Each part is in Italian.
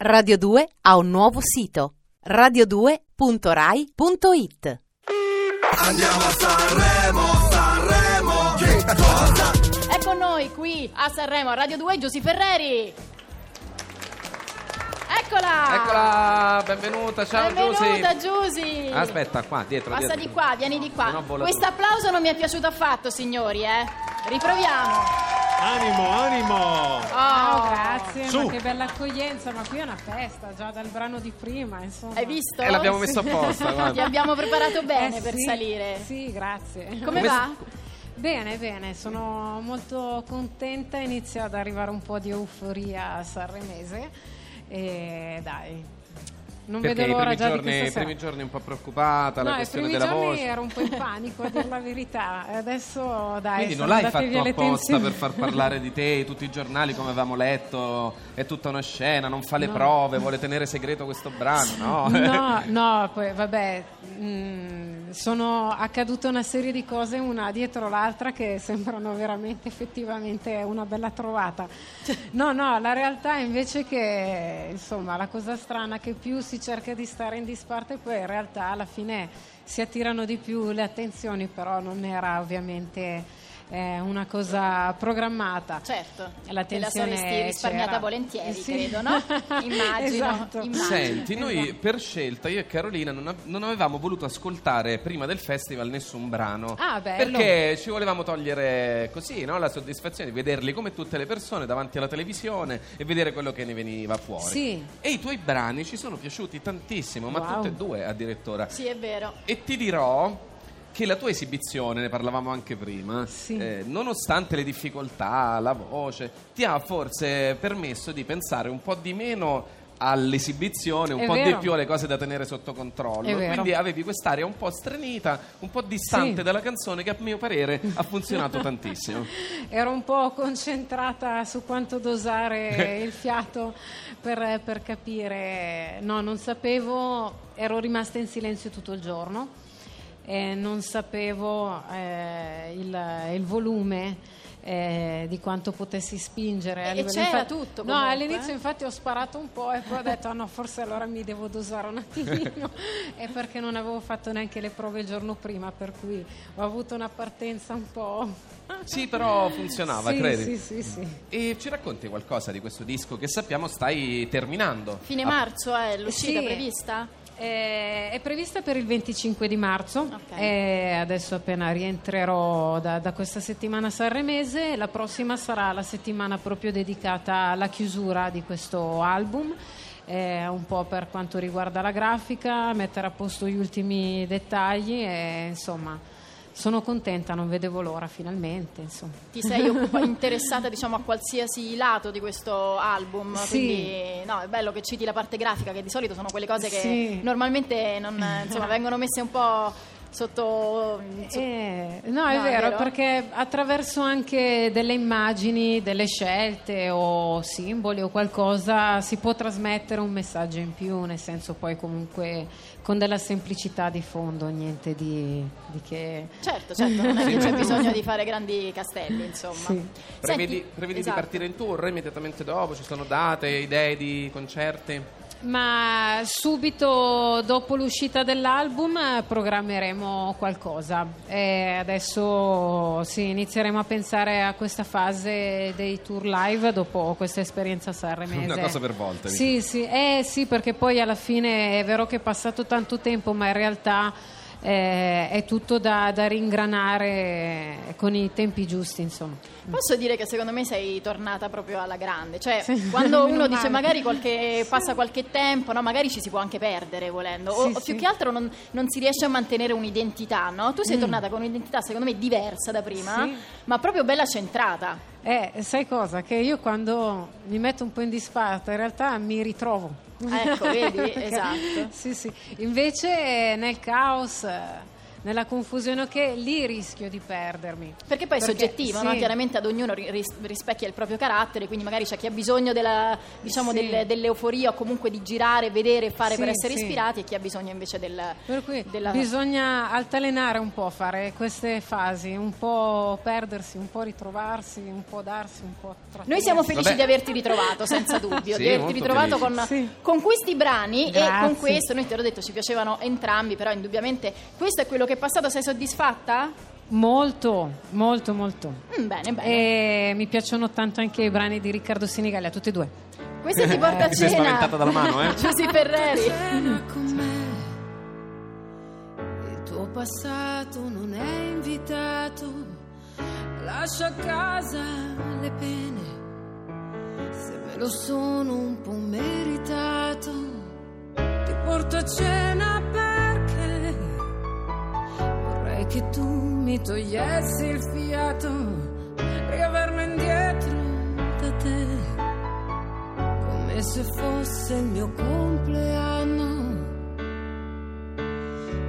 Radio 2 ha un nuovo sito radio2.rai.it Andiamo a Sanremo, Sanremo, che cosa? È con noi qui a Sanremo, a Radio 2, Giussi Ferreri. Eccola! Ah. Eccola, benvenuta, ciao Benvenuta Giusy. Giusi! Aspetta, qua, dietro, Passa dietro. di qua, vieni di qua. Se no vola Questo tutto. applauso non mi è piaciuto affatto, signori, eh. Riproviamo. Animo, animo! Ciao, Oh, Ah, grazie, Su. ma che bella accoglienza, ma qui è una festa, già dal brano di prima, insomma. Hai visto? Eh, l'abbiamo messo apposta, guarda. Ti abbiamo preparato bene Eh, per sì, salire. Sì, grazie. Come Come va? Bene, bene, sono molto contenta, inizia ad arrivare un po' di euforia sanremese e dai, non Perché i vedo l'ora primi già giorni, di i questa primi sera. giorni un po' preoccupata, la No, i questione primi della giorni voce. ero un po' in panico, a dir la verità. E Adesso dai, Quindi non sono l'hai andate fatto via le apposta tensioni. per far parlare di te, tutti i giornali come avevamo letto, è tutta una scena, non fa le No. prove, vuole tenere segreto questo brano, no? No, no, poi vabbè, mm, sono accadute una serie di cose una dietro l'altra che sembrano veramente effettivamente una bella trovata. No, no, la realtà invece che, insomma, la cosa strana è che più si cerca di stare in disparte, poi in realtà alla fine si attirano di più le attenzioni, però non era ovviamente eh, una cosa programmata. Certo. La Te la tensione saresti risparmiata c'era. volentieri, Sì. credo, no? Immagino. Esatto. immagino. Senti, noi per scelta, io e Carolina, non, av- non avevamo voluto ascoltare prima del festival nessun brano. Ah, bello. Perché ci volevamo togliere così, no? La soddisfazione di vederli come tutte le persone davanti alla televisione e vedere quello che ne veniva fuori. Sì. E i tuoi brani ci sono piaciuti tantissimo, ma Wow. tutti e due addirittura. Sì, è vero. E ti dirò che la tua esibizione, ne parlavamo anche prima, Sì. eh, nonostante le difficoltà, la voce, ti ha forse permesso di pensare un po' di meno all'esibizione, un È po' di vero. più alle cose da tenere sotto controllo. È vero. Quindi avevi quest'area un po' stranita, un po' distante Sì. dalla canzone che a mio parere ha funzionato tantissimo. Ero un po' concentrata su quanto dosare il fiato per, per capire. No, non sapevo, ero rimasta in silenzio tutto il giorno e non sapevo eh, il, il volume. eh, di quanto potessi spingere a E livello- c'era infatti- tutto no comunque, all'inizio eh? infatti ho sparato un po' e poi ho detto "Ah, no forse allora mi devo dosare un attimino e perché non avevo fatto neanche le prove il giorno prima per cui ho avuto una partenza un po' sì, però funzionava, sì, credi? Sì, sì, sì. E ci racconti qualcosa di questo disco che sappiamo stai terminando. Fine Ah, marzo eh, è l'uscita Sì. prevista? Eh, è prevista per il 25 di marzo Ok. e adesso appena rientrerò da, da questa settimana sanremese, la prossima sarà la settimana proprio dedicata alla chiusura di questo album. eh, un po' per quanto riguarda la grafica, mettere a posto gli ultimi dettagli e insomma sono contenta, non vedevo l'ora finalmente. Insomma. ti sei occupa- interessata diciamo a qualsiasi lato di questo album Sì. quindi no, è bello che citi la parte grafica che di solito sono quelle cose che Sì. normalmente non, insomma, vengono messe un po' sotto mm, so- Eh, no, è vero, perché attraverso anche delle immagini, delle scelte o simboli o qualcosa si può trasmettere un messaggio in più, nel senso poi comunque con della semplicità di fondo, niente di, di che... certo certo non è che c'è bisogno di fare grandi castelli insomma Sì. Prevedi, Senti, prevedi esatto. di partire in tour immediatamente dopo? Ci sono date, idee di concerti? Ma subito dopo l'uscita dell'album eh, programmeremo qualcosa. E adesso sì, inizieremo a pensare a questa fase dei tour live dopo questa esperienza sanremese. Una cosa per volta, Sì, sì, eh, sì, perché poi alla fine è vero che è passato tanto tempo, ma in realtà eh, è tutto da, da ringranare con i tempi giusti, insomma. Posso dire che secondo me sei tornata proprio alla grande, cioè Sì, quando meno uno dice male. magari qualche, passa qualche tempo, no? magari ci si può anche perdere volendo, o, Sì, o più sì. che altro non, non si riesce a mantenere un'identità, no? tu sei tornata con un'identità secondo me diversa da prima, Mm. Sì. ma proprio bella centrata, Eh, sai cosa? Che io quando mi metto un po' in disparte, in realtà mi ritrovo. Ecco, vedi? Perché- Esatto. Sì, sì. Invece eh, nel caos eh, nella confusione che lì rischio di perdermi. Perché poi è Perché- soggettivo, no? sì. chiaramente ad ognuno ri- ris- rispecchia il proprio carattere, quindi magari c'è chi ha bisogno della, diciamo, Sì. del- dell'euforia o comunque di girare, vedere, fare Sì, per essere sì. ispirati e chi ha bisogno invece del... Per cui della- bisogna altalenare un po', fare queste fasi, un po' perdersi, un po' ritrovarsi, un po' darsi, un po' trattenere. Noi siamo felici Vabbè. di averti ritrovato, senza dubbio, Sì, di averti molto ritrovato con, felici. Sì. con questi brani e Grazie. con questo, noi te l'ho detto, ci piacevano entrambi, però indubbiamente questo è quello che è passato, sei soddisfatta? Molto, molto, molto. Mm, bene, bene. E mi piacciono tanto anche i brani di Riccardo Sinigallia, tutti e due. Questo ti porta a Ti cena. sei spaventata dalla mano, eh? Giusy Ferreri. cena con me. Il tuo passato non è invitato. Lascia a casa le pene. Se me lo sono un po' meritato, ti porto a cena perché vorrei che tu mi togliessi il fiato. Riaverlo indietro da te come se fosse il mio compleanno,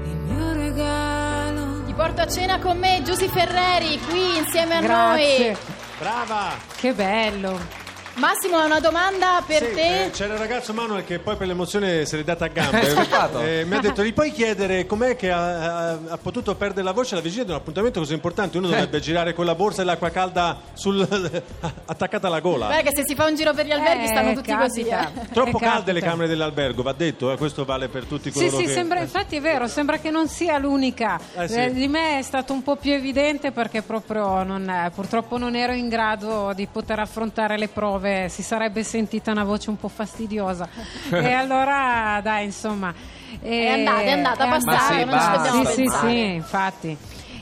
il mio regalo. Ti porto a cena con me, Giusy Ferreri, qui insieme a Grazie, noi. Brava! che bello. Massimo, ho una domanda per Sì, te. eh, c'era il ragazzo Manuel che poi per l'emozione se l'è data a È gambe. scappato. Eh, mi ha detto: gli puoi chiedere com'è che ha, ha- ha potuto perdere la voce alla vigilia di un appuntamento così importante? Uno Eh. dovrebbe girare con la borsa e l'acqua calda sul- attaccata alla gola. Guarda che se si fa un giro per gli alberghi Eh, stanno tutti capita. così. eh. Troppo Eh, calde le capita. camere dell'albergo, va detto, eh, questo vale per tutti Sì, coloro sì, che. sembra, infatti è vero, sembra che non sia l'unica. Eh, sì. Eh, Di me è stato un po' più evidente perché proprio non, eh, purtroppo non ero in grado di poter affrontare le prove, si sarebbe sentita una voce un po' fastidiosa. e allora, dai, insomma. eh, È andata, è andata, passata, Ma sì, non ci basta. dobbiamo Sì, sì, pensare. sì, infatti.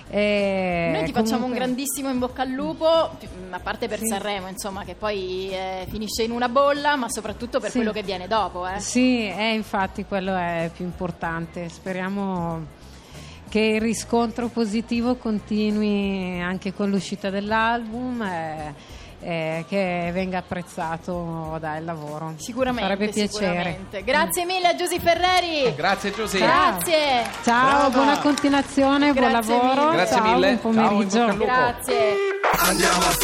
Eh, Noi ti facciamo un comunque- grandissimo in bocca al lupo, pi- a parte per Sì. Sanremo, insomma, che poi eh, finisce in una bolla, ma soprattutto per Sì. quello che viene dopo. eh. Sì, eh, infatti quello è più importante. Speriamo che il riscontro positivo continui anche con l'uscita dell'album e, che venga apprezzato dal lavoro. Sicuramente, Farebbe piacere. sicuramente. Grazie mille a Giusy Ferreri. Eh, Grazie Giuseppe. Ciao. Grazie. Ciao, Brava. buona continuazione, buon Grazie lavoro. mille. Grazie ciao, mille. Buon Ciao, in pomeriggio. bocca al lupo. Grazie. Andiamo a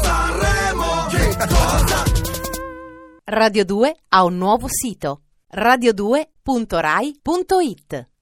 Sanremo, Sanremo, che cosa? Radio 2 ha un nuovo sito radio2.rai.it